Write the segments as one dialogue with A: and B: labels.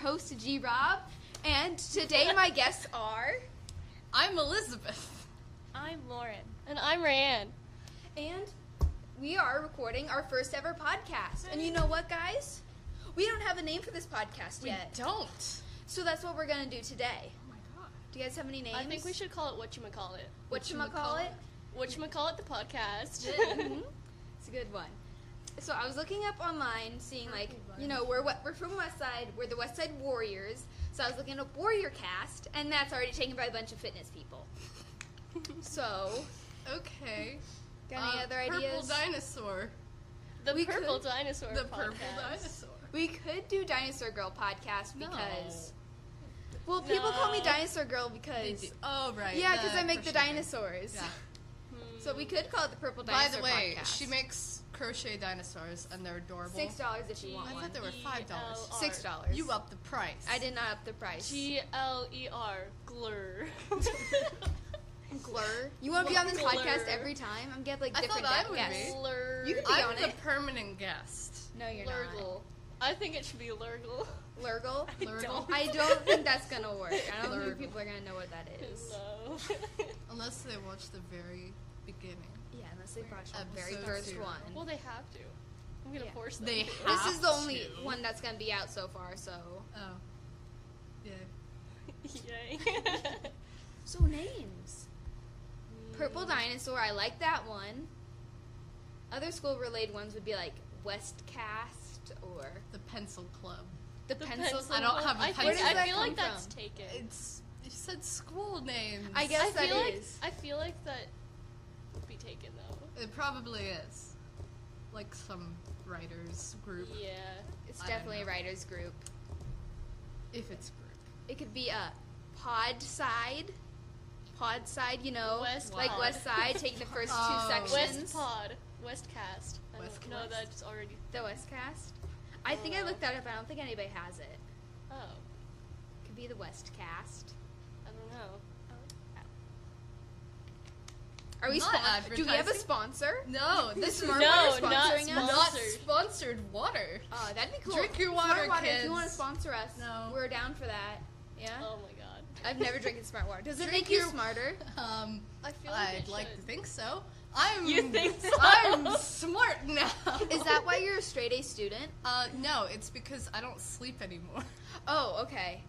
A: host, G Rob, and today my guests are.
B: I'm Elizabeth.
C: I'm Lauren. And I'm Rayanne.
A: And we are recording our first ever podcast. And you know what, guys? We don't have a name for this podcast
B: We
A: yet.
B: don't.
A: So that's what we're going to do today.
B: Oh my god.
A: Do you guys have any names?
C: I think we should call it whatchamacallit.
A: Whatchamacallit?
C: Whatchamacallit the podcast.
B: Mm-hmm.
C: Mm-hmm.
A: Mhm. It's a good one. So I was looking up online, seeing like you know we're we- we're from West Side, we're the West Side Warriors. So I was looking up Warrior Cast, and that's already taken by a bunch of fitness people. So
B: Okay.
A: got any
B: Um,
A: other
B: Purple
A: ideas?
B: dinosaur.
C: the
A: We
C: purple
A: could-
C: dinosaur
B: the
C: podcast.
B: purple dinosaur.
A: we could do Dinosaur Girl podcast
B: No.
A: because well people call me
C: No.
A: Dinosaur Girl
B: They
A: because
B: do. Oh right.
A: yeah
B: the
A: because I make the
B: crochet.
A: dinosaurs.
B: Yeah.
C: Hmm.
A: So we could call it the Purple
B: By
A: Dinosaur
B: the way,
A: podcast.
B: she makes crochet dinosaurs and they're adorable. Oh,
A: six dollars if you want
B: I
A: one.
B: thought they were five dollars.
C: $6.
A: Six dollars.
B: You up the price.
A: I did not up the price.
C: G L E R glur.
A: Glur. You want to be on this
C: Glur.
A: podcast every time? I'm getting like
B: I
A: different
B: thought I
A: gu-
B: would
A: guests.
B: be.
C: Glur.
A: You could be
B: I'm
A: on
B: the
A: it.
B: permanent guest.
A: No, you're
C: Lurgle. I think it should be Lurgle.
A: not. Lurgle.
C: I
B: Lurgle?
C: don't.
A: I don't think that's gonna work. I don't
B: Lurgle.
A: think people are gonna know what that is.
C: No.
B: Unless they watch the very beginning.
A: Yeah, unless they brought you the very
B: Episode
A: first
B: zero.
A: one.
C: well, they have to. I'm gonna
A: Yeah.
C: force them.
B: They
C: to.
B: have-
A: this is the only
B: to.
A: one that's gonna be out so far. So,
B: Oh. Yeah.
C: Yay.
A: so names. Purple
C: dinosaur.
A: dinosaur. I like that one. Other school related ones would be like Westcast or
B: The pencil club.
A: the,
C: The
A: pencil.
B: I don't have a
C: I, think-
B: pencil.
C: I
A: Where does
C: feel
A: that come
C: like that's
A: from?
C: taken.
B: It's you said school names.
A: I guess
C: I
A: that
C: feel like
A: is.
C: I feel like that would be taken though.
B: It probably is. Like some writers group.
C: Yeah.
A: It's
B: I don't
A: definitely a
B: know.
A: writers group.
B: If it's group.
A: It could be a pod side. Pod side, you know,
C: West
A: like
C: pod.
A: West side, taking the first two
B: Oh.
A: sections.
C: West Pod, Westcast. I
B: West
C: don't know
B: Cast.
C: that's already.
A: The West cast. I think I
C: Oh.
A: looked that up. I don't think anybody has it.
C: Oh,
A: Could be the West cast.
C: I don't know.
A: Are we
B: Not
A: sponsored? Do we have a
B: advertising.
A: sponsor?
B: No, this is
A: Smart
C: No,
A: Water
C: not
A: sponsoring us?
B: not
C: sponsored.
B: sponsored water.
A: Oh, that'd be cool.
B: Drink your
A: Smart
B: water,
A: water if
B: kids.
A: you want to sponsor us.
B: No.
A: We're down for that. Yeah.
C: Oh my god.
A: I've never drinking smart water. Does it
B: Drink
A: make you
B: your-
A: smarter?
B: Um,
C: I feel like
B: I'd
C: it
B: like
C: should.
B: to think so. I'm.
C: You think so?
B: I'm smart now.
A: Is that why you're a straight A student?
B: Uh, no, it's because I don't sleep anymore.
A: Oh, okay.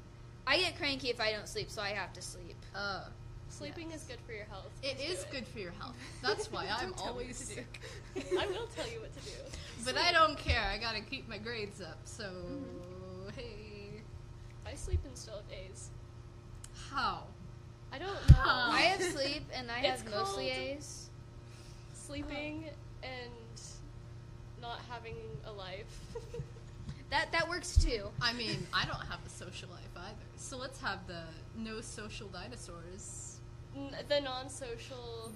A: I get cranky if I don't sleep, so I have to sleep.
B: Uh,
C: Sleeping is good for your health.
B: it
C: Let's
B: is
C: do
B: good for your health. That's why I'm always sick.
C: it. I will tell you what to do.
B: But I don't care. I gotta keep my grades up. So
C: Mm-hmm.
B: hey,
C: I sleep in still days.
B: how?
C: I don't know.
B: Huh.
A: I have sleep and I
C: It's
A: have mostly
C: called-
A: A's.
C: Sleeping and not having a life.
A: That that works too.
B: I mean, I don't have a social life either. So let's have the no social dinosaurs,
C: N- the non-social,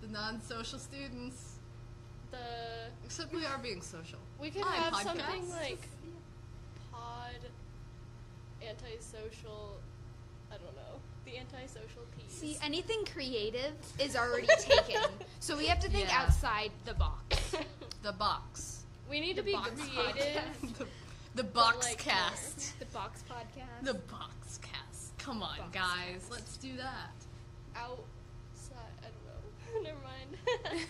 B: the non-social students.
C: the
B: Except we are being social.
A: Ah,
C: we could
B: I
C: have
B: podcast.
C: something like pod antisocial. I don't know the antisocial piece.
A: See, anything creative is already taken. So we have to think
B: Yeah.
A: outside the box.
B: The box.
C: we need to be
A: box
C: creative.
B: the, the box
C: like,
B: cast.
A: The box podcast.
B: The box cast. Come on,
A: Box
B: guys. Let's do that.
C: outside. I don't know. Never mind.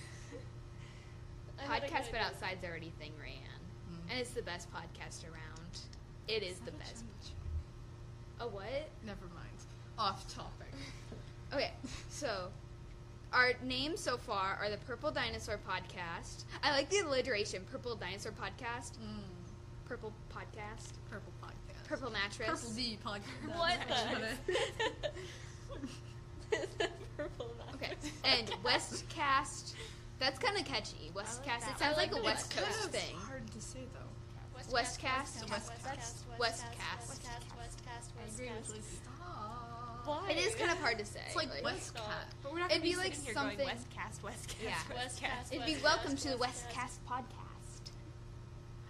C: I had a good
A: podcast but
C: idea.
A: outside's already thing, Rayanne.
B: Mm.
A: And it's the best podcast around. It is the best. A what?
B: Never mind. Off topic.
A: Okay, so our names so far are the Purple Dinosaur Podcast. I like the alliteration, Purple Dinosaur Podcast,
B: Mm,
A: Purple Podcast,
B: purple podcast.
A: Purple Mattress.
B: Purple D podcast.
C: What
B: That's I-
C: the? the purple mouse.
A: Okay. And Westcast. That's kind of catchy. Westcast. it sounds
C: I like
A: like a
C: that
A: West
B: Kind
A: Coast
B: of
A: thing.
B: hard to say though.
A: Westcast.
B: Westcast.
A: Westcast.
B: I agree with Liz. Stop.
C: Why?
A: It is kind of hard to say.
B: It's like
A: like-
B: West
C: Stop.
B: Cat.
D: But we're not
A: It'd
D: gonna
A: be like
D: sitting here
A: something-
D: Going, Westcast, Westcast.
A: Yeah.
C: Westcast.
A: It'd be
C: Westcast,
A: welcome to the
C: Westcast.
A: Westcast podcast.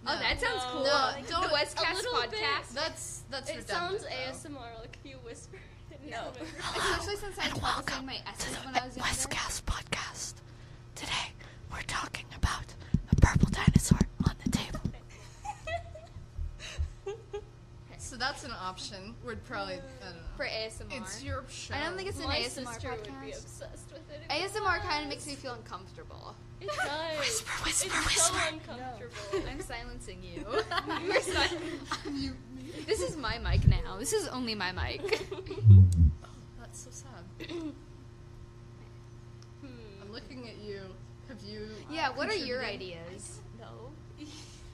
B: No.
A: Oh, that sounds
C: No.
A: cool.
B: No,
A: the
B: don't- a
A: Westcast
C: little bit.
A: podcast.
B: That's that's
C: It
B: redundant.
C: sounds
B: though.
C: ASMR. Like you whisper. it and
D: No.
C: it's remembered.
A: Especially since I tried to sing my S's when I was younger.
E: Westcast podcast. Today, we're talking about a purple dinosaur on the table.
B: So that's an would probably. I don't know.
A: for ASMR.
B: It's your show.
A: I don't think it's an
C: My
A: ASMR
C: sister would be
A: podcast.
C: obsessed with it. if it
A: ASMR kind
C: was.
A: of makes me feel uncomfortable.
C: It does.
E: Whisper, whisper,
C: it's
E: whisper.
C: so uncomfortable.
A: I'm silencing you. We're sil-
B: You, me?
A: this is my mic now. This is only my mic.
B: That's so sad.
C: Hmm.
B: I'm looking at you. Have you? uh,
A: Yeah, what are your
B: contributed-
A: ideas?
C: No.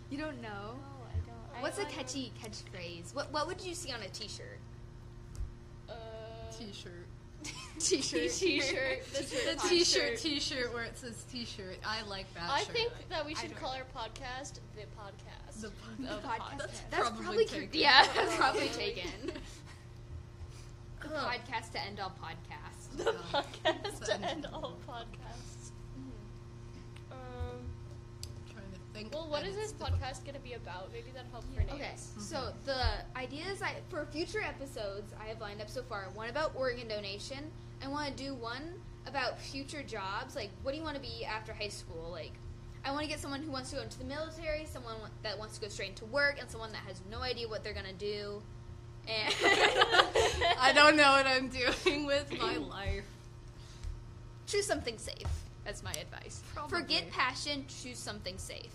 A: You don't know.
C: No, I don't. I-
A: What's a
C: I don't-
A: catchy catchphrase? What what would you see on a t-shirt?
C: Uh,
B: T-shirt.
A: t-shirt.
C: T-shirt.
B: The T-shirt, T-shirt, where it says T-shirt. I like that.
C: I
B: shirt.
C: think that we should
A: don't
C: call our podcast the podcast.
B: The
C: The
B: podcast.
C: podcast.
A: That's,
B: probably
A: probably,
B: taken.
A: cr- yeah, that's probably
C: Probably.
A: taken. The podcast to end all podcasts.
C: The
B: Oh.
C: podcast
B: Fun.
C: to end all podcasts.
A: Hmm.
C: Um,
B: trying to think.
C: well, what
B: and
C: is this
B: it's difficult.
C: podcast going to be about? Maybe that'll help for
A: Okay,
C: names.
A: so the ideas I for future episodes I have lined up so far one about organ donation. I want to do one about future jobs, like what do you want to be after high school? Like, I want to get someone who wants to go into the military, someone wa- that wants to go straight into work, and someone that has no idea what they're gonna do. And
B: I don't know what I'm doing with my life.
A: choose something safe. That's my advice.
B: Probably.
A: Forget passion. Choose something safe.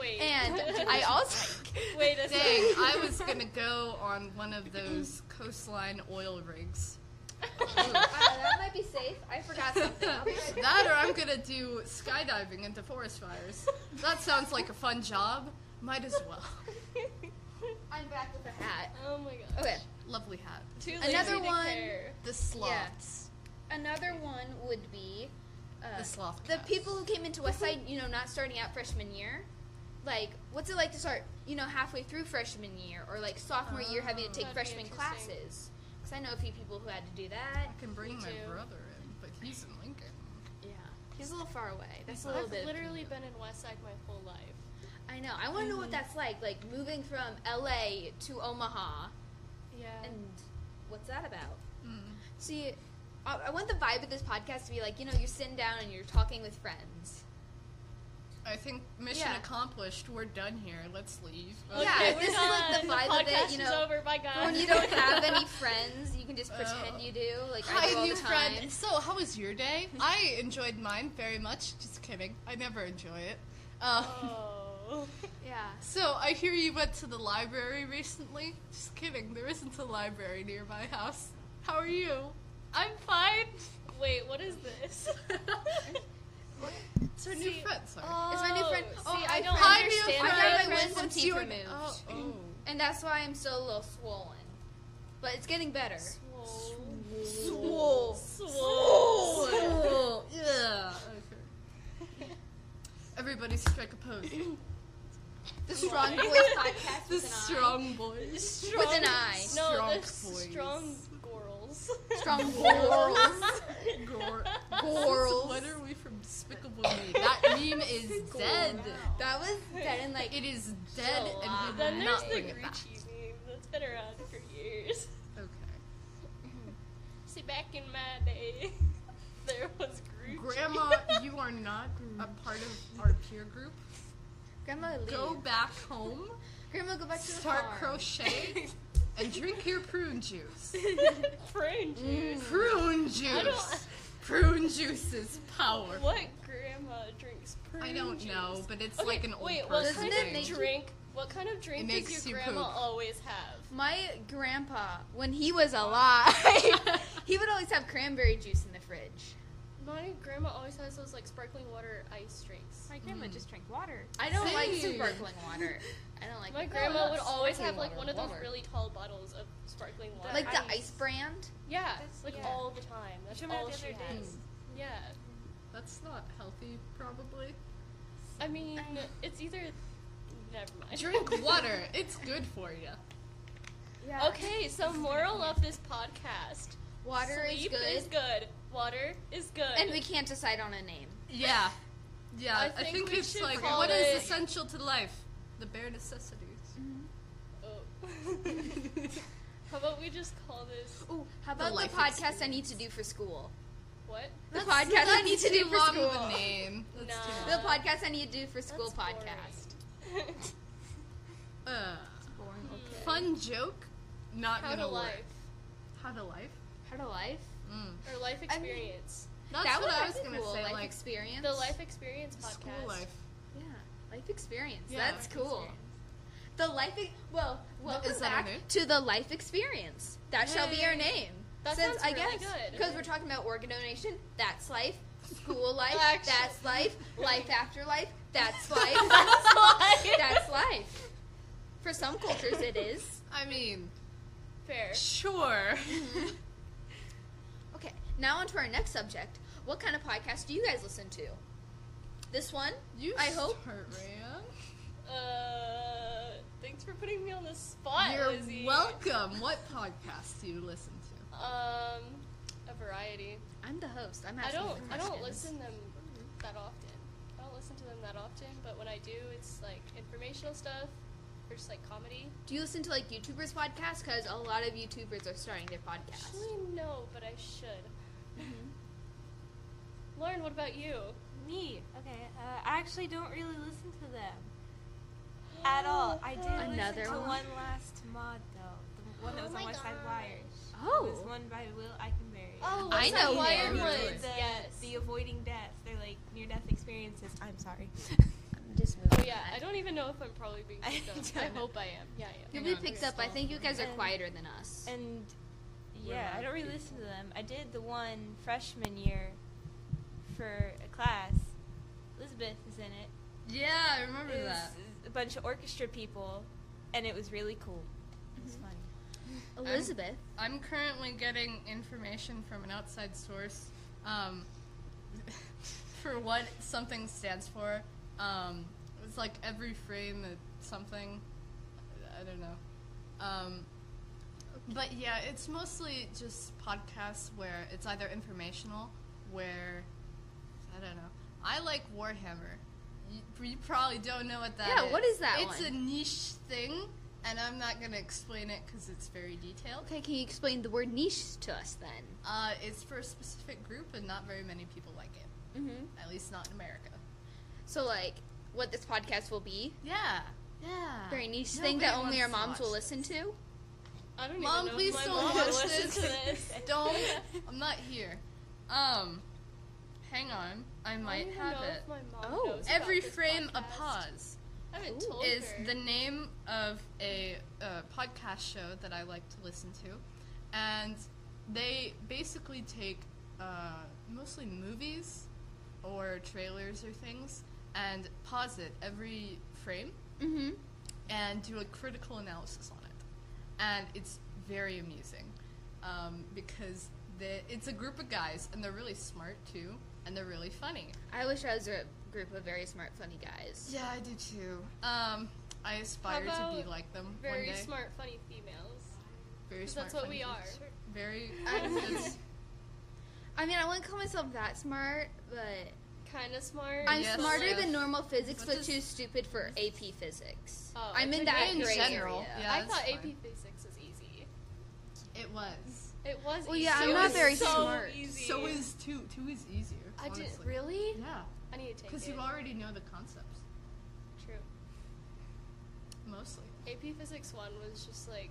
C: Wait.
A: And I also
C: Wait a
B: Dang,
C: second.
B: I was gonna go on one of those coastline oil rigs.
A: Uh, that might be safe. I forgot something. I'll be right back.
B: That or I'm gonna do skydiving into forest fires. That sounds like a fun job. Might as well.
A: I'm back with a hat.
C: oh my gosh.
A: Okay.
B: Lovely hat.
C: Too lazy
A: Another
C: to
A: one-
C: care.
B: The sloths.
A: Another one would be uh,
B: The sloth.
A: the
B: cats.
A: people who came into Westside, you know, not starting out freshman year. Like, what's it like to start, you know, halfway through freshman year or like sophomore year having to take
C: Oh, That'd be
A: freshman
C: interesting.
A: classes? Because I know a few people who had to do that.
B: I can bring
C: Me
B: my
C: too.
B: brother in, but he's in Lincoln.
A: Yeah. He's a little far away. That's a little
C: I've
A: bit.
C: literally Mm-hmm. been in Westside my whole life.
A: I know. I want to know what that's like, like moving from LA to Omaha,
C: Yeah.
A: and what's that about?
B: Mm.
A: See, I, I want the vibe of this podcast to be like, you know, you're sitting down and you're talking with friends.
B: I think mission
A: Yeah.
B: accomplished. We're done here. Let's leave.
A: Okay. yeah,
C: we're
A: this is, like, the
C: done.
A: vibe of it,
C: podcast
A: you
C: is
A: know,
C: over. Bye, guys.
A: When you don't have any friends, you can just
B: Oh.
A: pretend you do, like I do
B: Hi,
A: all
B: new
A: the time.
B: friend. So, how was your day? I enjoyed mine very much. Just kidding. I never enjoy it. Um,
C: Oh.
A: Yeah.
B: So, I hear you went to the library recently. Just kidding. There isn't a library near my house. How are you?
C: I'm fine. Wait, what is this?
B: So, new
C: See,
B: friends. Sorry.
A: It's my new friend.
C: See,
A: Oh,
C: I
A: I
C: don't
A: found
B: Hi,
A: your
B: new
A: stand- I got
C: understand
B: friend.
C: that
A: my
C: friend.
A: wisdom
B: What's
A: teeth
B: your-
A: removed.
B: Oh, oh.
A: And that's why I'm still a little swollen. But it's getting better.
B: Swole.
C: Swole.
B: Swole. Yeah. Okay. Everybody strike a pose.
A: The strong
C: Why?
A: voice podcast.
B: the
A: with an eye.
B: strong voice.
A: With an eye.
C: No,
B: Strong
C: the
B: boys.
C: strong girls.
A: Strong morals.
B: Gor-
A: Gorals.
B: What are we from Despicable Me? That meme is dead.
A: That was dead and like
B: It is dead, and we
C: Then there's
B: will not
C: the
B: bring it back.
C: Gucci meme that's been around for years.
B: Okay.
C: See, back in my day, there was Gucci.
B: Grandma, you are not a part of our peer group.
A: Grandma leave.
B: Go back home,
A: Grandma go back to the
B: start
A: farm.
B: crocheting, and drink your prune juice.
C: prune
B: Mm.
C: juice.
B: Prune juice.
C: don't-
B: Prune juice is power.
C: What grandma drinks prune
B: I don't
C: juice?
B: know, but it's
C: Okay,
B: like an old
C: wait, what
B: person
A: Doesn't
C: kind
A: it
B: thing.
A: make
C: of drink? What kind of drink
B: makes
C: does
B: you
C: your grandma
B: poop.
C: always have?
A: My grandpa, when he was alive, he would always have cranberry juice in the fridge.
C: My grandma always has those like sparkling water ice drinks.
A: My grandma just drank water. I don't like
B: Same.
A: sparkling water. I don't like
C: My
A: the-
C: grandma would
A: Sparkling
C: always have like
A: water,
C: one of those
A: water.
C: really tall bottles of sparkling water.
A: like the
D: ice.
A: ice brand.
C: yeah,
D: That's-
C: like
D: yeah.
C: all the time. That's
D: Showed me that
C: all
D: the
C: she
D: other day.
C: has. Yeah,
B: That's not healthy, probably.
C: I mean, it's either. Never mind.
B: Drink water. It's good for you.
A: Yeah.
C: Okay, so moral of this podcast:
A: Water
C: sleep
A: is good,
C: is good. Water is good.
A: and we can't decide on a name.
B: Yeah. Yeah. I
C: I
B: think,
C: think we
B: it's
C: should
B: like
C: call
B: what is
C: it-
B: essential to life? The bare necessities.
C: Oh. How about we just call this
A: Ooh, how about the,
B: life
A: podcast I need to do for school?
C: what?
A: The podcast I need to do
B: too
A: for
B: long
A: school.
B: of a name. That's too
C: Nah.
A: The podcast I need to do for school
C: That's
A: podcast.
C: boring.
B: Uh, Fun joke. not
C: How to
B: gonna work.
C: life.
B: How to life?
A: Part of life.
B: Mm.
C: Or life
A: I mean-
C: experience.
B: That's
A: that
B: what
A: would
B: I
A: be
B: was gonna
A: cool.
B: say.
A: Life
B: like
A: experience.
C: the life experience podcast.
B: school life.
A: Yeah, life experience.
B: Yeah,
A: That's
B: life
A: cool. The life. E- well, welcome
B: is that our
A: back
B: name?
A: to the life experience. That shall be our
B: Yay.
A: name.
C: That
A: Since
C: sounds
A: I
C: really
A: guess
C: good.
A: because we're talking about organ donation. That's life. School life.
C: Actually.
A: That's life. Life after life. That's life.
C: That's life.
A: That's life. For some cultures, it is.
B: I mean,
C: Fair.
B: sure.
A: Okay, now on to our next subject. What kind of podcast do you guys listen to? This one?
B: you
A: I hope.
B: start, Ryan.
C: Uh, thanks for putting me on the spot,
B: You're
C: Lizzie.
B: welcome. What podcast do you listen to?
C: Um, a variety.
A: I'm the host. I'm
C: I
A: asking
C: don't.
A: the
C: I don't
A: questions.
C: listen them that often. I don't listen to them that often. But when I do, it's like informational stuff or just like comedy.
A: Do you listen to like YouTubers' podcasts? Because a lot of YouTubers are starting their podcasts.
C: Actually, no, but I should.
A: Mm-hmm.
C: Lauren, what about you?
D: Me. Okay. Uh, I actually don't really listen to them at all. I did
A: Another
D: listen to
A: one?
D: one, last mod though, the one that was on West Side Wire. It was
A: Oh,
D: one by Will Eichenberry.
C: Oh,
A: I
C: I
A: know
C: know
A: who
C: Wire
A: they
D: Who
A: are.
D: did
C: Woods.
D: the,
C: Yes.
D: the avoiding death. They're like near death experiences. I'm sorry.
A: just
C: Oh yeah. I don't even know if I'm probably being
D: I
C: picked up.
D: don't
C: I
D: know.
C: hope I am. Yeah, I am.
A: You'll
B: Hang
A: be
B: on.
A: picked up. I think you guys are
D: And-
A: quieter than us.
D: And yeah, I don't really listen to them. I did the one freshman year for a class. Elizabeth is in it.
B: Yeah, I remember
D: It was a bunch of orchestra people, and it was really cool. It was fun.
C: Mm-hmm.
A: Elizabeth,
B: I'm currently getting information from an outside source um, for what something stands for. Um, it's like every frame that something. I don't know. Um, But yeah, it's mostly just podcasts where it's either informational, where I don't know. I like Warhammer. You, you probably don't know what that is.
A: Yeah, what is that
B: It's
A: one?
B: a niche thing, and I'm not gonna explain it because it's very detailed.
A: okay, can you explain the word niche to us then?
B: Uh, it's for a specific group, and not very many people like it.
A: Mm-hmm.
B: At least not in America.
A: So like, what this podcast will be?
B: Yeah. Yeah.
A: Very niche
B: Nobody
A: thing that only
B: wants
A: our
B: to
A: moms will
B: watch
A: listen to.
C: I don't
B: Mom,
C: even know if
B: please
C: my
B: don't
C: mom would
B: watch
C: listen
B: this.
C: to this.
B: Don't. I'm not here. Um, hang on. I
C: I
B: might
C: don't even
B: have
C: know
B: it.
C: if my mom
A: Oh.
C: knows about
B: Every
C: this
B: frame a
C: podcast.
B: pause
C: I haven't
A: Ooh.
C: told
B: is
C: her.
B: the name of a uh, podcast show that I like to listen to, and they basically take uh, mostly movies or trailers or things and pause it every frame
A: Mm-hmm.
B: and do a critical analysis on it. And it's very amusing um, because the, it's a group of guys and they're really smart too and they're really funny.
A: I wish I was a group of very smart, funny guys.
B: Yeah, I do too. Um, I aspire to be
C: about
B: like them
C: very
B: one day.
C: smart, funny females.
B: very
C: 'Cause
B: smart.
C: that's what we
B: funny
C: are.
B: people. Very.
A: I-
B: that's-
A: I mean, I wouldn't call myself that smart, but
C: Kind of smart.
A: I'm
B: Yes,
A: smarter
B: Liv.
A: than normal physics,
B: What
A: but
B: does-
A: too stupid for AP physics.
C: Oh,
A: I'm
C: it's
A: in
C: like
A: that
B: in
A: gray
B: general,
A: area.
B: yeah.
C: I
B: that's
C: thought
B: fine.
C: AP Physics was easy.
B: it was.
C: It was.
A: Well,
C: easy.
A: yeah,
B: I'm
C: It
B: not
C: was
A: very
C: so
A: smart.
C: Easy.
B: So is two. Two is easier.
C: I didn't
B: honestly.
C: really.
B: Yeah,
C: I need to take
B: because
C: it.
B: you already know the concepts
C: True.
B: mostly.
C: AP Physics one was just like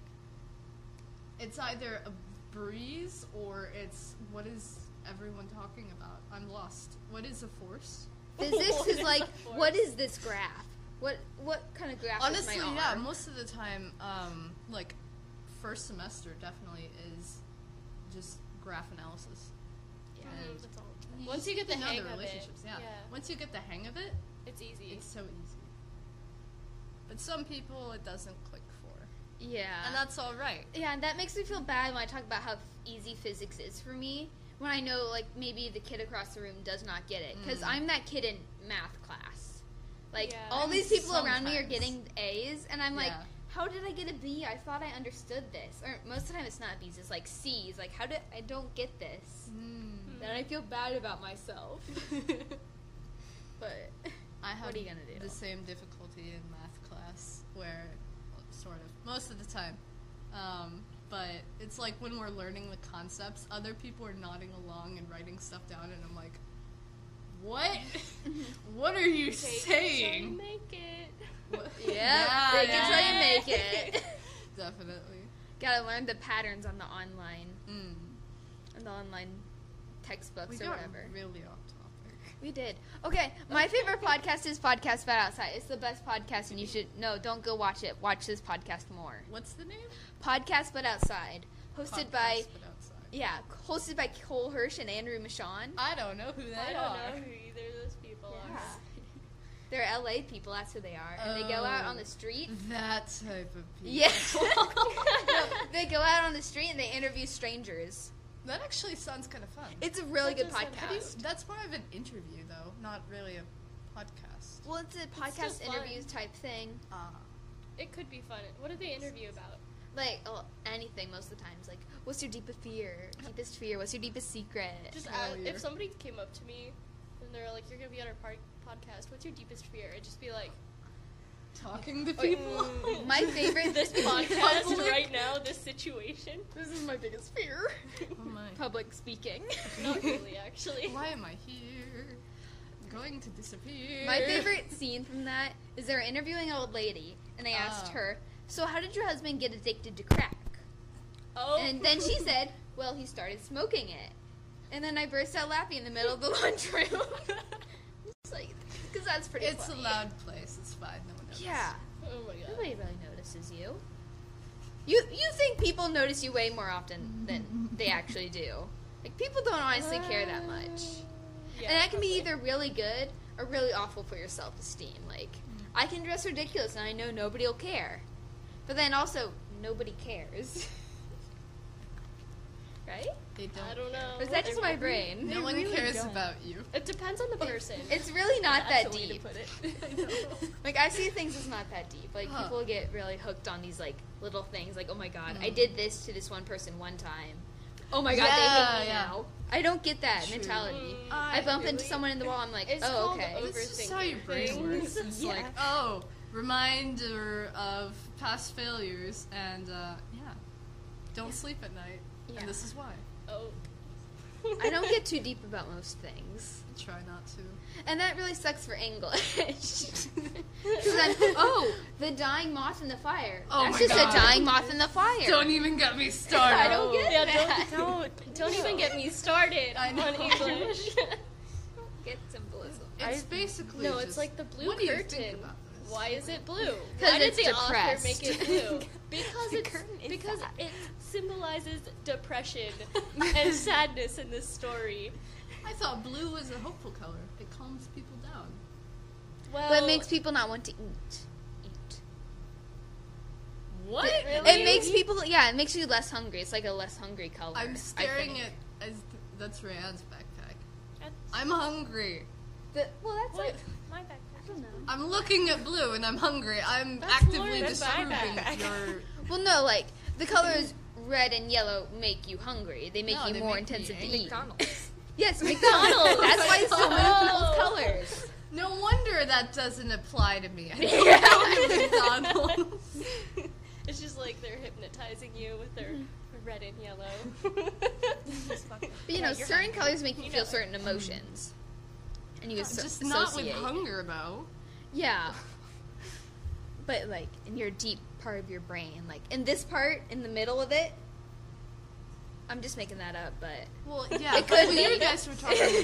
B: It's either a breeze or it's what is everyone talking about? I'm lost. What is a force?
A: Physics
C: What
A: is
C: is
A: like,
C: a force?
A: what is this graph? What what kind of graph
B: Honestly,
A: is my
B: yeah.
A: arm?
B: Most of the time, um, like first semester definitely is just graph analysis.
A: Yeah.
C: mm,
B: And
C: that's all.
B: you
C: Once you
B: just
C: get the
B: know
C: hang
B: the
C: of it,
B: relationships, yeah.
C: yeah.
B: Once you get the hang of it,
C: it's easy.
B: it's so easy. But some people it doesn't click for,
A: Yeah.
B: and that's all right.
A: yeah, and that makes me feel bad when I talk about how f- easy physics is for me. When I know, like, maybe the kid across the room does not get it. Because
B: Mm.
A: I'm that kid in math class. Like,
C: Yeah.
A: all these people around me are
B: Sometimes.
A: getting A's, and I'm like,
B: Yeah.
A: how did I get a B? I thought I understood this. Or most of the time it's not B's, it's like C's. Like, how did I don't get this?
B: Mm.
A: Then I feel bad about myself. but
B: Hmm. I have
A: What are you gonna do?
B: the same difficulty in math class, where well, sort of most of the time, um, but it's like when we're learning the concepts, other people are nodding along and writing stuff down, and I'm like, "What? what are you
C: Take it till you
B: saying?"
C: make it.
B: What-
A: yeah, they
B: yeah,
A: can try and make it.
B: definitely.
A: Gotta learn the patterns on the online,
B: Mm.
A: on the online textbooks
B: We
A: or
B: got
A: whatever.
B: really off topic.
A: We did. Okay, my favorite podcast is Podcast Fat Outside. It's the best podcast, and you should no, don't go watch it. Watch this podcast more.
B: What's the name?
A: Podcast But Outside, hosted by
B: Podcast, but outside.
A: yeah, hosted by Cole Hirsch and Andrew Michon.
B: I don't know who they
C: I
B: are.
C: don't know who either of those people
A: Yeah. They're LA people. That's who they are, and they go out
B: Oh.
A: on the street.
B: That type of people.
A: Yeah, No, they go out on the street and they interview strangers.
B: That actually sounds kind of fun.
A: It's a really
C: That
A: good
C: does sound
A: podcast.
C: fun.
B: That's more of an interview, though, not really a podcast.
A: Well, it's a
C: still
A: podcast
C: fun.
A: interviews type thing.
B: Ah.
C: are. It could be fun. What did they interview about?
A: Like oh, anything, most of the times. Like, what's your deepest fear? Deepest fear. What's your deepest secret?
C: Just
B: Oh,
C: ask,
B: yeah.
C: if somebody came up to me and they're like, "You're gonna be on our par- podcast. What's your deepest fear?" I'd just be like,
B: Talking to
C: Okay.
B: people.
A: Oh, mm. My favorite
C: "This
A: is
C: podcast
A: public-
C: right now. This situation."
A: This is my biggest fear.
B: Oh my.
A: Public speaking.
C: Not really, actually.
B: Why am I here? I'm going to disappear.
A: my favorite scene from that is they're interviewing an old lady, and they asked
B: Oh.
A: her, "So, how did your husband get addicted to crack?"
C: Oh,
A: And then she said, "Well, he started smoking it." And then I burst out laughing in the middle of the lunchroom. It's like, because that's pretty.
B: It's a
A: funny.
B: loud place. It's fine. No one knows.
A: Yeah.
C: "Oh my god."
A: Nobody really notices you. You you think people notice you way more often than they actually do. Like people don't honestly care that much.
C: Yeah,
A: and that can be
C: probably.
A: either really good or really awful for your self esteem. Like
C: Mm.
A: I can dress ridiculous and I know nobody'll care. But then also nobody cares. right?
B: They don't.
C: I don't know.
A: Or is that just my brain?
B: No one
D: really
B: cares
D: don't.
B: about you.
C: It depends on the person.
A: It's really not
C: That's
A: that
C: the way to
A: deep.
C: put it. I know.
A: Like I see things as not that deep. Like
B: Huh.
A: people get really hooked on these like little things. Like oh my god,
B: Mm.
A: I did this to this one person one time. Oh my god, they
B: Yeah,
A: hate me
B: yeah.
A: now. I don't get that
B: True.
A: mentality.
C: Mm,
A: I bump into someone in the wall. I'm like,
C: It's
A: oh
C: called
A: okay.
C: over-
B: This is just how your
C: overthinking
B: brain
C: things.
B: works. It's
D: Yeah.
B: like, oh, reminder of past failures, and uh, yeah, don't sleep at night,
A: Yeah.
B: and this is why.
C: Oh.
A: I don't get too deep about most things,
B: Try not to.
A: and that really sucks for English. Because I'm oh the dying moth in the fire.
B: Oh
A: That's
B: my
A: just
B: God.
A: a dying moth in the fire.
B: Don't even get me started.
A: I don't get
C: Yeah,
A: that.
C: Don't, don't even get me started
B: I know.
C: on English.
A: get symbolism.
B: It's basically
C: no, it's
B: just,
C: like the blue
B: what do you
C: curtain.
B: Think about this?
C: Why is it blue?
A: 'Cause
C: Why did
A: it's
C: the
A: depressed.
C: author make it blue? Because
D: The
C: it's
D: curtain is
C: because
D: sad.
C: it symbolizes depression and sadness in this story.
B: I thought blue was a hopeful color. It calms people down.
C: Well,
A: But it makes people not want to eat. Eat.
B: What?
C: Really?
A: It makes people, yeah, it makes you less hungry. It's like a less hungry color.
B: I'm staring
A: I
B: at
A: think.
B: as th- that's Rayanne's backpack.
D: That's
B: I'm hungry.
A: The, well, that's
C: What?
A: like.
D: my backpack.
A: I don't know.
B: I'm looking at blue and I'm hungry. I'm
C: That's
B: actively
C: Lauren's
B: disproving
D: backpack.
B: your
A: Well, no, like, the colors red and yellow make you hungry. They make
B: No,
A: you
B: they
A: more
B: make me
A: intensive to
B: angry.
A: eat. McDonald's. yes, McDonald's. Oh. that's why so many people's colors.
B: No wonder that doesn't apply to me. I
A: Yeah.
B: don't go to McDonald's.
C: it's just like they're hypnotizing you with their red and yellow.
A: But, Mm-hmm. you know, certain colors make you, feel certain emotions. And you asso-
B: Just not with
A: associate.
B: hunger, though.
A: Yeah. But like in your deep part of your brain, like in this part, in the middle of it, I'm just making that up, but
B: Well, yeah.
A: It
B: but
A: could
B: what
A: be.
B: you guys were talking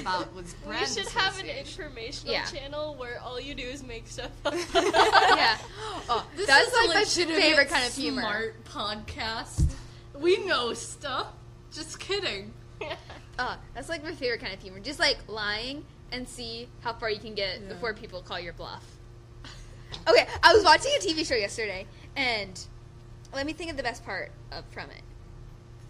B: about was
C: we
B: brand
C: should have an
B: association.
C: informational
A: Yeah.
C: channel where all you do is make stuff up.
A: yeah. Oh,
B: This
A: that's
B: is a
A: like my
B: legitimate,
A: favorite kind of humor.
B: Smart podcast. We know stuff. Just kidding.
A: Oh, that's like my favorite kind of humor. Just like lying and see how far you can get
B: Yeah.
A: before people call your bluff. Okay, I was watching a TV show yesterday, and let me think of the best part of, from it.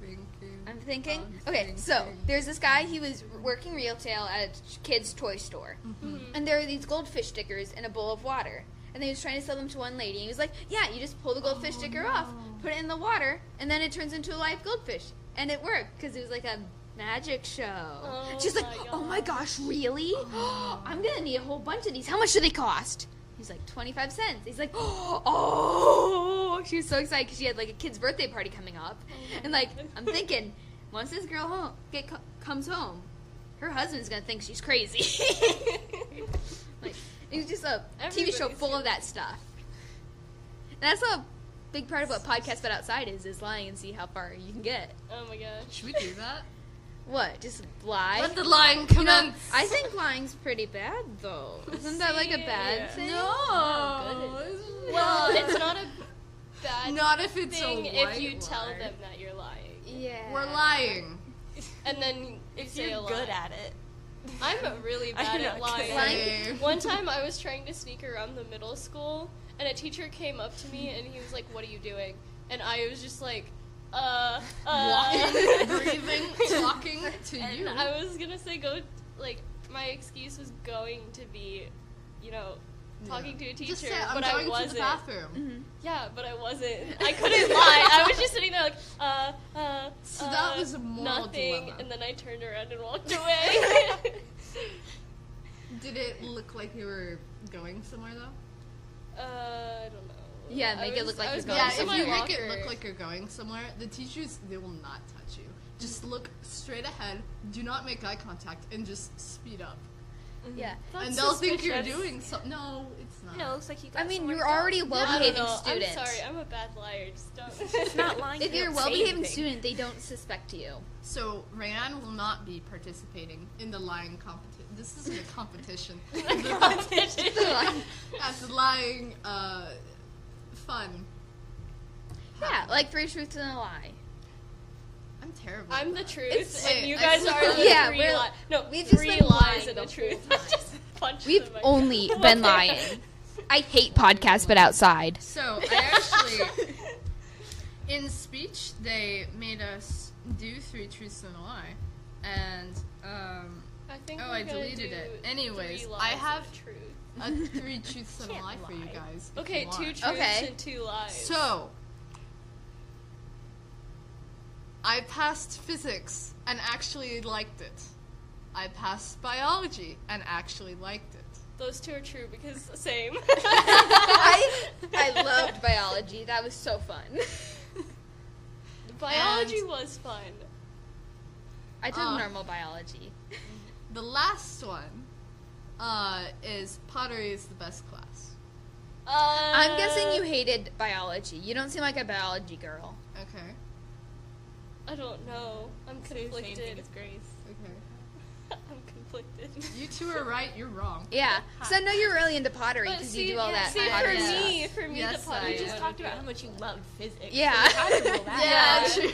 B: Thinking.
A: I'm thinking.
B: I'm
A: okay, so
B: thinking.
A: there's this guy. He was working retail at a ch- kid's toy store,
B: Mm-hmm.
C: Mm.
A: and there are these goldfish stickers in a bowl of water. And then he was trying to sell them to one lady. And he was like, "Yeah, you just pull the
C: Oh,
A: goldfish sticker off, put it in the water, and then it turns into a live goldfish." And it worked because it was like a magic show.
C: Oh
A: She's like,
C: my
A: "Oh my gosh, really? I'm gonna need a whole bunch of these. How much do they cost?" He's like, 25 cents. He's like, oh, she was so excited because she had like a kid's birthday party coming up.
C: Oh
A: and like, I'm thinking, once this girl home, get, co- comes home, her husband's going to think she's crazy. like, it's just a TV show
C: Everybody's
A: full of that stuff. And I saw a big part of what podcast but outside is is lying and see how far you can get.
C: Oh my gosh.
B: Should we do that?
A: What? Just lie?
B: Let the lying
A: You know,
B: commence.
A: I think lying's pretty bad though. Isn't that like a bad
C: Yeah.
A: thing?
B: no.
C: Well, it's not a bad
B: Oh, not if it's
C: thing
B: a
C: if
B: white
C: you tell
B: lie.
C: them that you're lying.
A: Yeah.
B: We're lying.
C: And then
D: If
C: say
D: you're
C: a
D: good
C: lie.
D: at it.
C: I'm a really
D: I'm
C: bad
D: not
C: at lying.
A: Lying?
B: Hey.
C: One time I was trying to sneak around the middle school, and a teacher came up to me and he was like, What are you doing? And I was just like, Uh,
B: Walking,
C: uh.
B: breathing, talking to you.
C: and I was gonna say, Go, like, my excuse was going to be, you know, talking to a teacher,
B: Just say, I'm
C: but
B: going
C: I wasn't. Mm-hmm.
B: to the bathroom.
C: Yeah, but I wasn't. I couldn't lie. I was just sitting there like, uh, uh.
B: So
C: uh,
B: that was a moral
C: nothing.
B: dilemma.
C: And then I turned around and walked away.
B: Did it look like you were going somewhere though?
C: uh, I don't know.
A: Yeah,
C: I
A: make it
C: was-
A: look like
C: I was
A: you're going
B: yeah,
C: going to
B: if
A: somewhere.
C: my
B: you make it
C: locker.
B: look like you're going somewhere, the teachers they will not touch you. Just look straight ahead. Do not make eye contact and just speed up.
A: Yeah.
C: That's
B: and they'll think you're
C: suspicious.
B: doing something. No, it's not.
D: No, Mm-hmm. it looks like you got
A: I mean,
D: somewhere
A: you're
D: to go.
A: already a
C: I don't
A: well-behaving
C: know.
A: student.
C: I'm sorry, I'm a bad liar. Just don't.
D: It's not lying.
A: If
D: you
A: you're a
D: don't say
A: well-behaving
D: anything.
A: student, they don't suspect you.
B: So Rayanne will not be participating in the lying competition. This isn't a competition. That's lying uh, fun.
A: yeah, like three truths and a lie.
B: I'm terrible.
C: I'm
B: at
C: the
B: that.
C: truth,
A: It's-
C: and you
B: I'm
C: guys
B: sorry.
C: are the
A: Yeah,
C: 3
A: we're-
C: li- no,
A: we've just
C: three
A: been
C: lies
A: lying
C: and
A: the
C: a truth.
A: whole time.
C: just punch
A: We've
C: them, I
A: only
C: guess.
A: been lying. I hate podcasts but outside.
B: So I actually, in speech, they made us do three truths and a lie, and um,
C: I think
B: Oh,
C: we're
B: I
C: gonna
B: deleted
C: do
B: it. Anyways,
C: three
B: I
C: lies and
B: have-
C: a truth.
B: a three truths and a
D: Can't
B: lie for you
D: lie.
B: guys. if
C: Okay,
B: you
C: two
B: want.
C: truths
A: Okay.
C: and two lies.
B: So, I passed physics and actually liked it. I passed biology and actually liked it.
C: those two are true because same.
A: I I loved biology. That was so fun.
C: biology
B: and-
C: was fun.
A: I took
B: Uh.
A: normal biology.
B: The last one uh, is pottery is the best class.
C: Uh,
A: I'm guessing you hated biology. You don't seem like a biology girl.
B: Okay.
C: I don't know. I'm
D: Say the same thing
C: conflicted.
D: as Grace.
B: Okay.
C: I'm conflicted.
B: You two are right. You're wrong.
A: Yeah. So I know you're really into pottery
C: But
A: because you
C: see-
A: do all
C: yeah,
A: that.
C: See,
A: pottery
C: for
A: stuff.
C: me, for me,
B: Yes,
C: the pottery.
B: I
D: You just
C: one
B: am.
D: talked
C: would
D: about how
C: be-
D: much you loved physics.
A: Yeah.
D: So you're comfortable with
B: Yeah,
D: that.
B: true.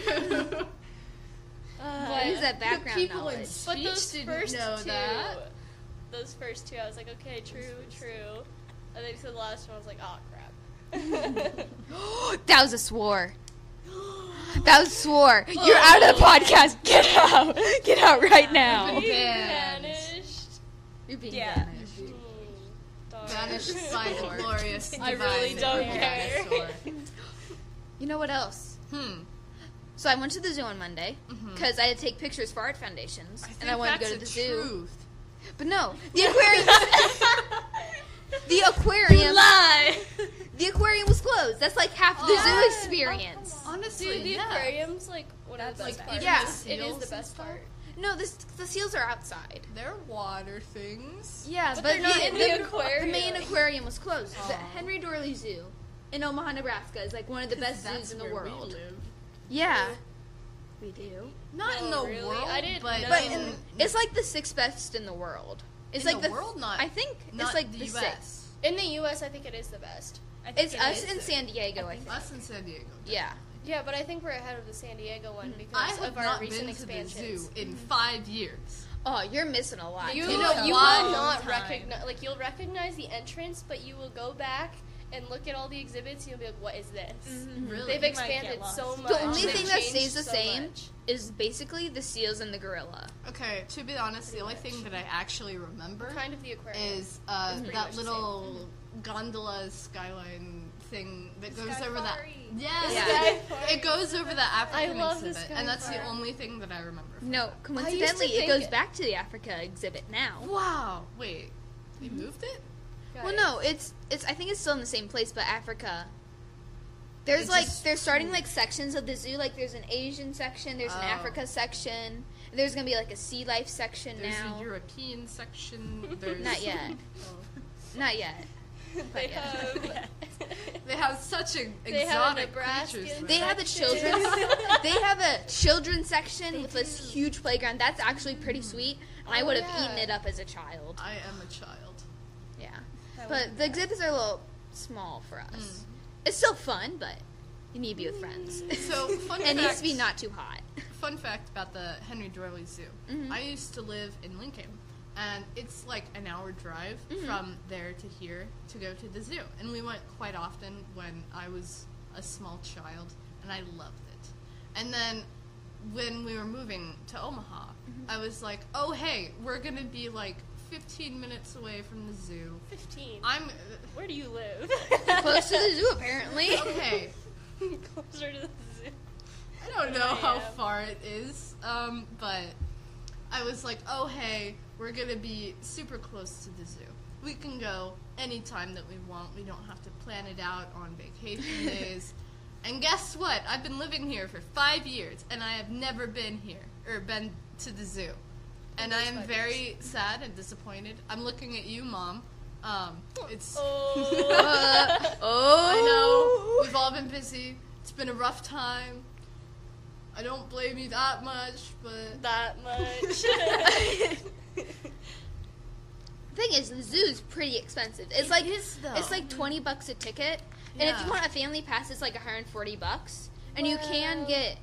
A: But
C: Uh,
A: use that
B: the
A: background
B: people in
A: knowledge.
B: speech
C: but those
B: didn't
C: first
B: know
C: two,
B: that.
C: those first two, I was like, okay, true, true. And then you said the last one, I was like, oh crap.
A: that was a swore. That was swore. You're out of the podcast. Get out. Get out right now.
B: Been banned.
C: vanished.
A: You're being
D: Yeah.
A: banished.
C: Hmm, darn.
B: Vanished by the glorious
C: I
B: divine
C: really don't care.
B: dinosaur.
A: You know what else?
B: Hmm.
A: So I went to the zoo on Monday
B: Mhm.
A: because I had to take pictures for art foundations,
B: I
A: and I
B: think
A: wanted to
B: that's
A: go to the
B: a
A: zoo.
B: truth.
A: But no, the aquarium. the aquarium.
C: Lie.
A: The aquarium was closed. That's like half the zoo
B: Oh,
A: experience.
B: Honestly,
C: Dude, the
B: yeah.
C: aquarium's like one of the
B: Like,
C: best parts.
B: even
A: Yeah.
C: It
B: the
C: is
B: seals
C: the
B: and
C: best
B: stuff,
C: part.
A: No, this, the seals are outside.
B: They're water things.
A: Yeah,
C: But they're not in the aquarium.
A: The main aquarium was closed. The
B: Oh.
A: Henry Dorley Zoo in Omaha, Nebraska is like one of the best zoos
B: That's
A: in the
B: where we
A: world.
B: live.
A: Yeah. We do.
B: Not in
C: No,
B: the
C: really?
B: world,
C: I didn't
B: but,
C: know.
A: But
C: Um,
A: in, it's like the sixth best in the world. It's
B: In
A: like
B: the
A: f-
B: world, not-
A: I think
B: not
A: it's like the,
B: the US.
A: sixth.
C: In the U.S., I think it is the best.
D: I think
A: It's
D: it
A: us
D: is.
A: in San Diego, I think.
B: Us in San Diego.
A: Yeah.
C: Yeah, but I think we're ahead of the San Diego one
B: I
C: because
B: have
C: of our
B: not
C: recent
B: been to the
C: expansions.
B: zoo
A: Mm-hmm.
B: in five years.
A: Oh, you're missing a lot.
C: You,
B: It's
C: you,
B: a
C: will
B: long
C: not
B: time.
C: recognize like you'll recognize the entrance, but you will go back and look at all the exhibits. and You'll be like, "What is this?"
D: Mm-hmm.
A: Mm-hmm.
B: Really?
C: They've
D: You might get
C: expanded so
D: lost.
C: much.
A: The only
C: They've
A: thing that
C: changed
A: stays the
C: so
A: same
C: much.
A: is basically the seals and the gorilla.
B: okay, to be honest, the only thing that I actually remember
C: kind of the aquarium.
B: is uh,
C: pretty much
B: that
C: the Mm-hmm.
B: little gondola skyline thing that goes over that.
D: Safari.
B: Yes,
A: Yeah.
B: it goes over the African
C: love the
B: exhibit, and that's the
C: skyline.
B: only thing that I remember. from
A: No,
B: that.
A: coincidentally, it
C: think-
A: goes back to the Africa exhibit now.
B: Wow. Wait, they
C: Mm-hmm.
B: moved it?
A: Well, no, it's it's. I think it's still in the same place, but Africa. There's
B: It
A: like
B: just- Hmm.
A: they're starting like sections of the zoo. Like there's an Asian section, there's an
B: Oh.
A: Africa section, there's gonna be like a sea life section
B: There's
A: now.
B: a European section. There's
A: Not yet. Not yet.
C: they have.
B: They have such a
C: They have a
B: exotic
C: Nebraskan-
B: creatures.
A: They have a children's. they have a children's section with this huge playground. That's actually pretty
B: Hmm.
A: sweet. And I
C: Oh,
A: would have
C: yeah.
A: eaten it up as a child.
B: I am a child.
A: Yeah,
D: That
A: but
D: wouldn't
A: the exhibits are a little small for
B: Mm.
A: us. It's still fun, but you need to be with friends.
B: So fun
A: and it needs
B: fact,
A: to be not too hot.
B: fun fact about the Henry Dorley Zoo. I used to live in Lincoln, and it's like an hour drive from there to here to go to the zoo. And we went quite often when I was a small child, and I loved it. And then when we were moving to Omaha, I was like, "Oh hey, we're gonna be like 15 minutes away from the zoo.
C: 15.
B: I'm
C: Where do you live?
A: Close to the zoo, apparently.
B: uh, okay."
C: Closer to the zoo.
B: I don't know how
C: Yeah.
B: far it is, um, but I was like, oh hey, we're gonna be super close to the zoo. We can go anytime that we want. We don't have to plan it out on vacation days. and guess what? I've been living here for five years, and I have never been here or been to the zoo. And I am very sad and disappointed. I'm looking at you, mom. Um, it's
C: Oh.
A: Uh,
B: I
A: oh,
B: know. We've all been busy. It's been a rough time. I don't blame you that much, but
C: that much.
A: Thing is, the zoo's pretty expensive. It's like
B: is, though.
A: it's like twenty bucks a ticket, and if
B: Yeah.
A: you want a family pass, it's like one hundred forty bucks, and you can
C: Wow.
A: get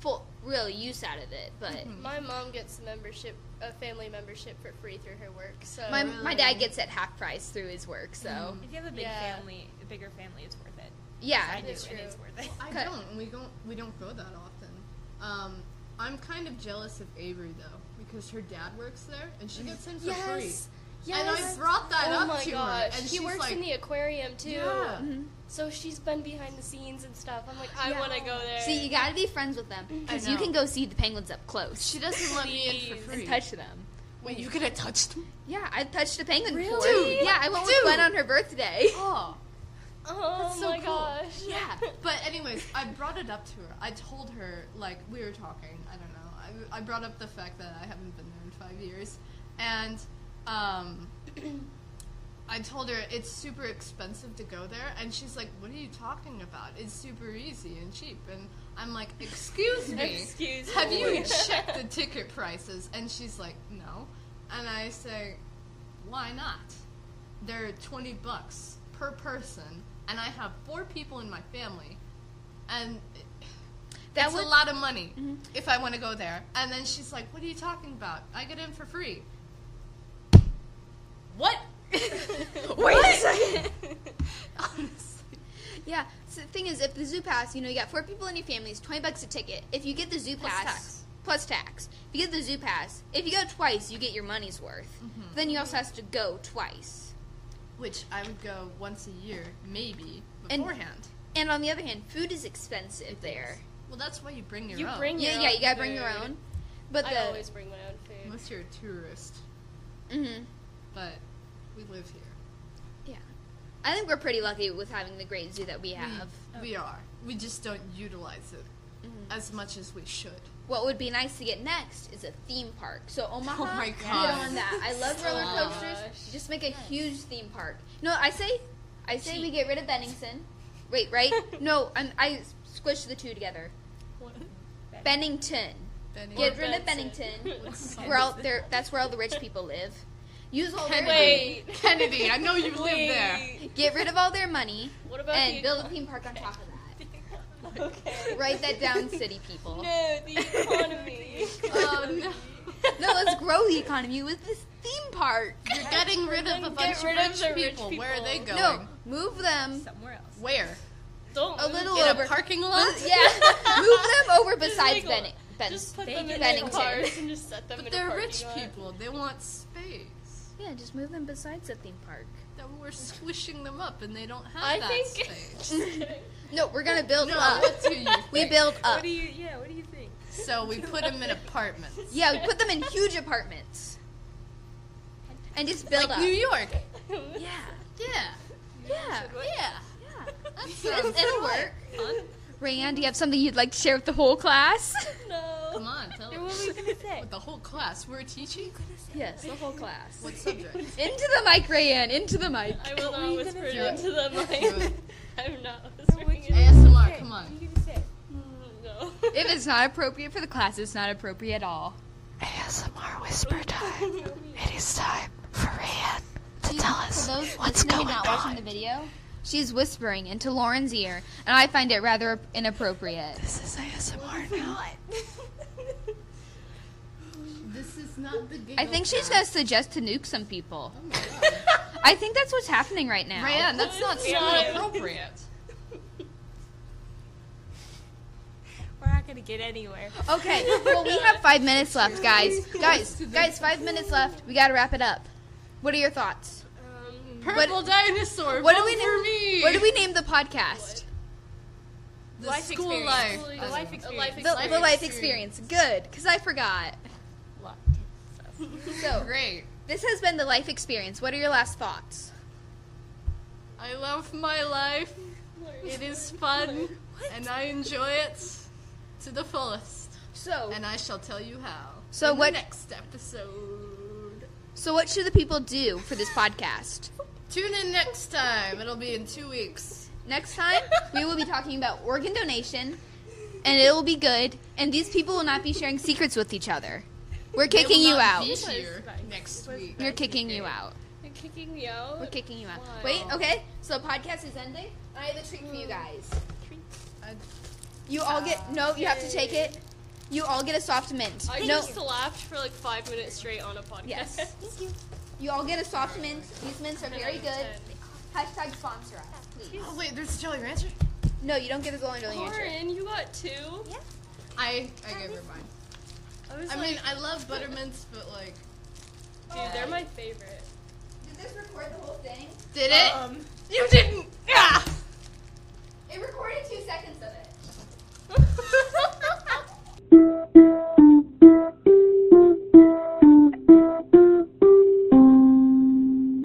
A: full real use out of it. But
B: Mm-hmm.
C: My mom gets membership, a family membership for free through her work. So
A: my my
B: Oh, Really? Mm-hmm.
A: dad gets it half price through his work, so
D: If you have a big
C: Yeah.
D: family, a bigger family, it's worth it.
A: yeah.
D: I do,
C: That's
D: and it's
C: true.
D: worth it.
B: I
A: Okay.
B: don't. We don't. We don't go that often. Um, I'm kind of jealous of Avery though, because her dad works there and she gets in for
C: yes,
B: free.
C: yes.
B: And I brought that
C: oh
B: up
C: my
B: to
C: gosh,
B: her, and
C: he
B: she's
C: works
B: like,
C: in the aquarium too. Mm-hmm.
B: yeah.
C: So she's been behind the scenes and stuff. I'm like, I
A: Yeah.
C: want to go there.
A: See, you gotta be friends with them because
B: I
A: you
B: know.
A: can go see the penguins up close.
B: She doesn't let me in
C: Please.
B: for free.
A: and touch them.
E: Wait, you could have touched them?
A: Yeah, I've touched a penguin before.
B: Dude,
A: yeah, I went with
B: dude.
A: Gwen on her birthday.
B: Oh.
C: oh
B: That's so
C: my
B: cool.
C: gosh.
A: yeah.
B: But anyways, I brought it up to her. I told her like we were talking. I don't know. I, I brought up the fact that I haven't been there in five years, and um, I told her it's super expensive to go there, and she's like, "What are you talking about? It's super easy and cheap." And I'm like, "Excuse me,
C: Excuse
B: have
C: me.
B: you checked the ticket prices?" And she's like, "No," and I say, "Why not?" they're 20 bucks per person and i have four people in my family and
A: That
B: that's
A: would- Mm-hmm.
B: a lot of money if i want to go there and then she's like what are you talking about i get in for free what
E: Wait a second!
B: honestly
A: Yeah. So the thing is, if the zoo pass, you know, you got four people in your family, it's twenty bucks a ticket. If you get the zoo
B: Plus
A: pass,
B: tax.
A: plus tax. If you get the zoo pass, if you go twice, you get your money's worth.
B: Mm-hmm.
A: Then you also have to go twice.
B: which i would go once a year maybe
A: And-
B: beforehand
A: And on the other hand, food is expensive there.
B: well that's why you bring your
C: You
B: own
C: bring
A: Yeah,
C: your
A: yeah,
C: own
A: you gotta bring your
C: food.
A: own. But the
C: I always bring my own food.
B: unless you're a tourist
A: mhm.
B: but we live here
A: yeah, I think we're pretty lucky with having the great zoo that we
B: Mm.
A: have.
B: we, we are we just don't utilize it
A: Mm-hmm.
B: as much as we should
A: What would be nice to get next is a theme park. So Omaha,
B: Oh my
A: get
B: God.
A: on that. I love roller
B: Stop.
A: coasters. Just make a huge theme park. No, I say, I say we get rid of Bennington. Wait, right? no, I'm, I squished the two together. Bennington.
B: Benny.
A: Get rid of Bennington. Where all there? That's where all the rich people live. Use all their
C: Wait.
B: Kennedy, I know you live there.
C: Wait.
A: get rid of all their money
C: What about
A: and
C: the
A: build a theme park on top of that.
C: Okay.
A: Write that down, city people.
C: No, the economy.
B: Oh no.
A: No, let's grow the economy with this theme park.
B: You're getting rid of a
C: Then
B: bunch
C: get
B: of
C: rid of
B: rich,
C: the rich
B: people. Where are they going?
C: people.
A: No, move them
D: Somewhere else.
B: Where?
C: Don't
A: a
C: move
A: little
B: In
A: over.
B: a parking lot?
A: Yeah, move them over
C: Just
A: besides
C: make a-
A: Benning. Ben-
C: Just put
D: They
C: them
D: do
C: in
A: Bennington.
C: their cars and just set them
B: But
C: in
B: they're
C: a
B: rich
C: parking lot.
B: people. They want space.
A: yeah, just move them besides the theme park.
B: That we're squishing them up and they don't have
C: I
B: that
C: think-
B: space.
A: Uh. No, we're gonna build
B: No,
A: up.
B: what do you
A: We
B: think?
A: build up.
D: What do you? Yeah. What do you think?
B: So we put them in apartments.
A: yeah, we put them in huge apartments and just build
B: like
A: up.
B: New York.
A: yeah,
B: Yeah.
A: yeah,
B: Yeah.
A: yeah.
B: That
A: It'll
B: sounds
A: it'll work. Rayanne, do you have something you'd like to share with the whole class?
C: No.
B: Come on, tell
D: What
B: us.
D: were we gonna say?
B: With the whole class we're teaching?
A: Yes, the whole class.
B: What subject?
A: into the mic, Rayanne. Into the mic.
C: I will
D: What were
C: not
D: you
C: whisper
D: gonna
C: it
B: do?
C: into the
B: Do it.
C: mic. I'm not
D: Or what
C: whispering
D: you
C: it.
B: is-
D: were gonna
B: ASMR,
D: say?
B: come on.
D: What were you gonna say?
C: Mm, No.
A: If it's not appropriate for the class, it's not appropriate at all.
E: ASMR whisper time. It is time for Rayanne to tell us
A: For those
E: what's
A: listening
E: going
A: and not
E: on.
A: watching the video, she's whispering into Lauren's ear, and I find it rather inappropriate.
E: This is ASMR now.
B: This is not the game.
A: I think she's gonna suggest to nuke some people.
B: Oh my god.
A: I think that's what's happening right now.
B: Rayanne, that's not so
C: Yeah.
B: inappropriate.
D: We're not gonna get anywhere.
A: Okay, well we have five minutes left, guys. Guys, guys, five minutes left. We gotta wrap it up. What are your thoughts?
C: Um,
B: Purple dinosaur.
A: What
B: What
A: do
B: vote
A: we
B: for
A: name?
B: me?
A: What do we name the podcast?
B: The
D: Life
B: school
D: experience.
B: life.
C: fully-
D: A life
C: A
D: experience.
C: life
A: The,
C: experience.
A: the life experience. Good, because I forgot. So
B: Great.
A: this has been the life experience. What are your last thoughts?
B: I love my life. It is fun, and I enjoy it to the fullest.
A: So
B: And I shall tell you how.
A: So
B: in
A: what-
B: The next episode.
A: so what should the people do for this podcast?
B: Tune in next time. It'll be in two weeks.
A: Next time, we will be talking about organ donation, and it will be good. And these people will not be sharing secrets with each other. We're
B: They
A: kicking
B: will
A: you
B: not
A: out.
B: be here next week.
A: We're kicking you out.
C: You're kicking me out.
A: We're kicking you out.
C: Why?
A: Wait, okay. So the podcast is ending. I have a treat for you guys.
C: uh,
B: I-
A: You all get no. You have to take it. You all get a soft mint.
C: I
A: no.
C: just laughed for like five minutes straight on a podcast.
A: Yes. You all get a soft mint. These mints are very good. Hashtag sponsor us, please.
B: Oh wait, there's a Jolly Rancher.
A: No, you don't get a golden donation.
C: Lauren, you got two.
B: I I gave her mine.
C: I was
B: I
C: like,
B: mean, I love buttermints, but like,
C: dude, they're my favorite.
A: Did this record the whole thing?
B: did it?
D: Um,
B: you did